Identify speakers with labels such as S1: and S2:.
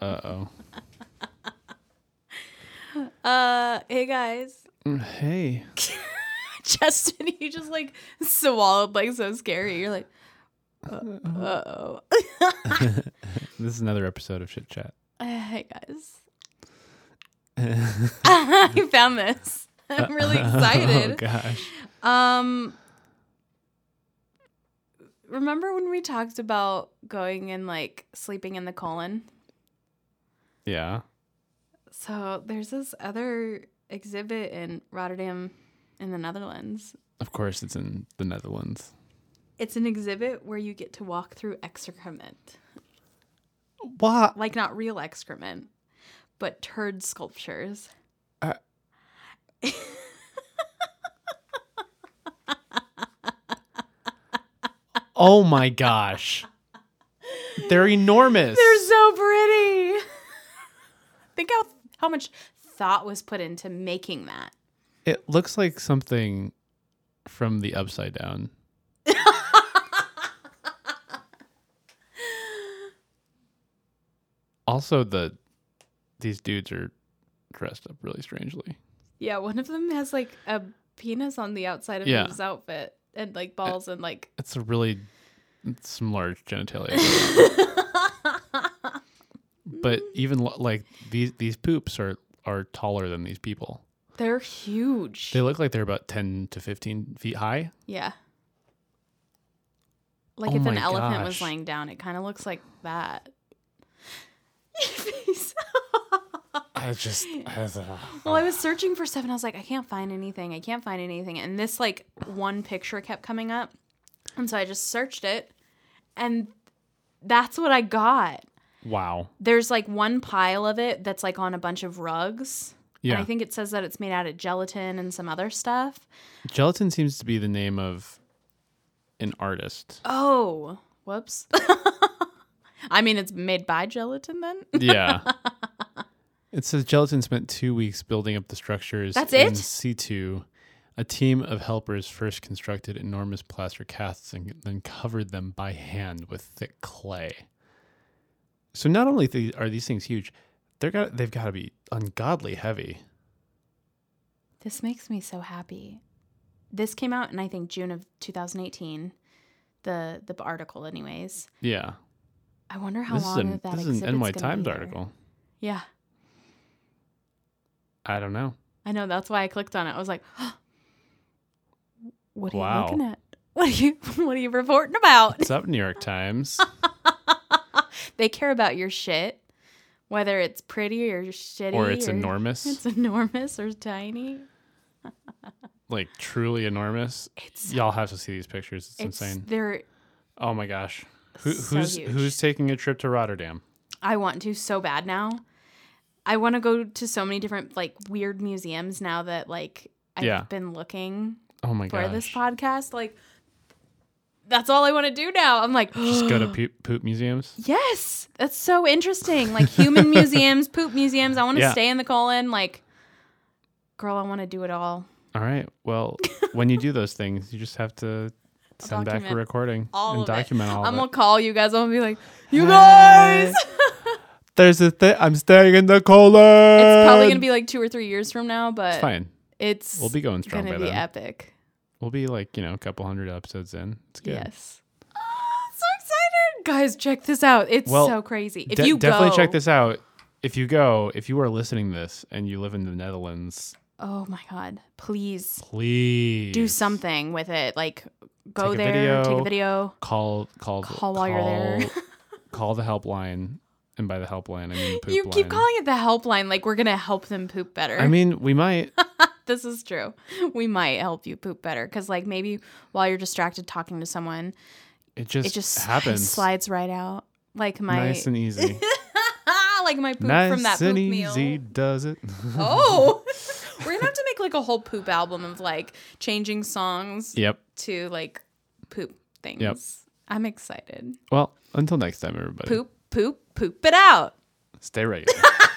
S1: Uh oh.
S2: Uh, hey guys,
S1: Hey.
S2: Justin, you just like swallowed like so scary. You're like, uh oh.
S1: This is another episode of Shit Chat.
S2: hey guys, I found this. I'm really
S1: Oh,
S2: excited.
S1: gosh.
S2: Um, remember when we talked about going and like sleeping in the colon?
S1: Yeah.
S2: So there's this other exhibit in Rotterdam, in the Netherlands.
S1: Of course, it's in the Netherlands.
S2: It's an exhibit where you get to walk through excrement.
S1: What?
S2: like not real excrement, but turd sculptures.
S1: Uh. Oh my gosh. They're enormous.
S2: They're so pretty. Think how how much thought was put into making that.
S1: It looks like something from the Upside Down. also, the these dudes are dressed up really strangely.
S2: Yeah, one of them has like a penis on the outside of
S1: Yeah.
S2: his outfit and like balls and like
S1: It's a really it's some large genitalia. but even lo- like these these poops are are taller than these people.
S2: they're huge.
S1: They look like they're about ten to fifteen feet high.
S2: yeah. Like
S1: Oh
S2: if an
S1: my
S2: elephant was
S1: gosh.
S2: laying down, it kind of looks like that. Your face.
S1: I oh. just
S2: Well, I was searching for stuff and I was like, I can't find anything. I can't find anything. And this like one picture kept coming up. And so I just searched it and that's what I got.
S1: wow.
S2: There's like one pile of it that's like on a bunch of rugs. And
S1: Yeah,
S2: I think it says that it's made out of gelatin and some other stuff.
S1: gelatin seems to be the name of an artist.
S2: Oh, whoops. I mean, it's made by gelatin then?
S1: Yeah. It says gelatin spent two weeks building up the structures.
S2: That's
S1: in
S2: it?
S1: C2. A team of helpers first constructed enormous plaster casts and then covered them by hand with thick clay. So not only th- are these things huge, they're got they've got to be ungodly heavy.
S2: This makes me so happy. This came out in I think June of 2018. The the article anyways.
S1: Yeah.
S2: I wonder how
S1: this is
S2: long
S1: an
S2: that
S1: this is
S2: exhibit's
S1: an NY
S2: gonna
S1: Times
S2: be here.
S1: article.
S2: Yeah,
S1: I don't know.
S2: I know. That's why I clicked on it. I was like, "What are
S1: Wow.
S2: you looking at? What are you What are you reporting about?
S1: What's up, New York Times?
S2: they care about your shit, whether it's pretty or shitty,
S1: or it's enormous,
S2: It's enormous or tiny.
S1: like truly enormous.
S2: It's
S1: Y'all have to see these pictures. It's,
S2: it's
S1: insane.
S2: they're.
S1: Oh my gosh. Who,
S2: So
S1: who's
S2: huge.
S1: who's taking a trip to Rotterdam?
S2: I want to so bad now. I want to go to so many different like weird museums now that like I've
S1: Yeah.
S2: been looking
S1: Oh my
S2: for
S1: gosh.
S2: this podcast. Like, that's all I want to do now. I'm like,
S1: Just go to poop, poop museums.
S2: yes, that's so interesting. Like human museums, poop museums. I want to
S1: Yeah.
S2: stay in the colon. Like, girl, I want to do it all.
S1: All right. Well, when you do those things, you just have to send back a
S2: document
S1: recording
S2: All
S1: and
S2: of
S1: document
S2: it.
S1: all
S2: I'm
S1: of
S2: gonna
S1: it.
S2: call you guys. I'm gonna be like, you guys.
S1: There's a thing. I'm staying in the colon.
S2: it's probably gonna be like two or three years from now, but
S1: Um, It's fine.
S2: it's
S1: We'll be going strong
S2: gonna
S1: by
S2: be
S1: then.
S2: epic.
S1: we'll be like you know a couple hundred episodes in. It's good.
S2: Yes. Ah, so excited, guys! Check this out. It's
S1: Well,
S2: so crazy. If
S1: De-
S2: you
S1: definitely
S2: go,
S1: check this out. If you go, if you are listening to this and you live in the Netherlands,
S2: Oh my god! Please
S1: please
S2: do something with it. Like
S1: Take
S2: go
S1: a
S2: there, take
S1: video.
S2: a video.
S1: Call call
S2: Call while you're there.
S1: call- call the helpline, and by the helpline I mean the poop
S2: you keep
S1: line.
S2: calling it the helpline like we're gonna help them poop better.
S1: I mean, we might.
S2: this is true. We might help you poop better because like maybe while you're distracted talking to someone,
S1: It just,
S2: it just
S1: happens.
S2: slides right out. Like my
S1: nice and easy.
S2: like my poop
S1: nice
S2: from that poop
S1: and
S2: meal.
S1: easy does it.
S2: Oh, we're gonna have to make like a whole poop album of like changing songs
S1: yep.
S2: to like poop things.
S1: Yep.
S2: I'm excited.
S1: Well, until next time, everybody.
S2: Poop, poop, poop it out.
S1: Stay regular.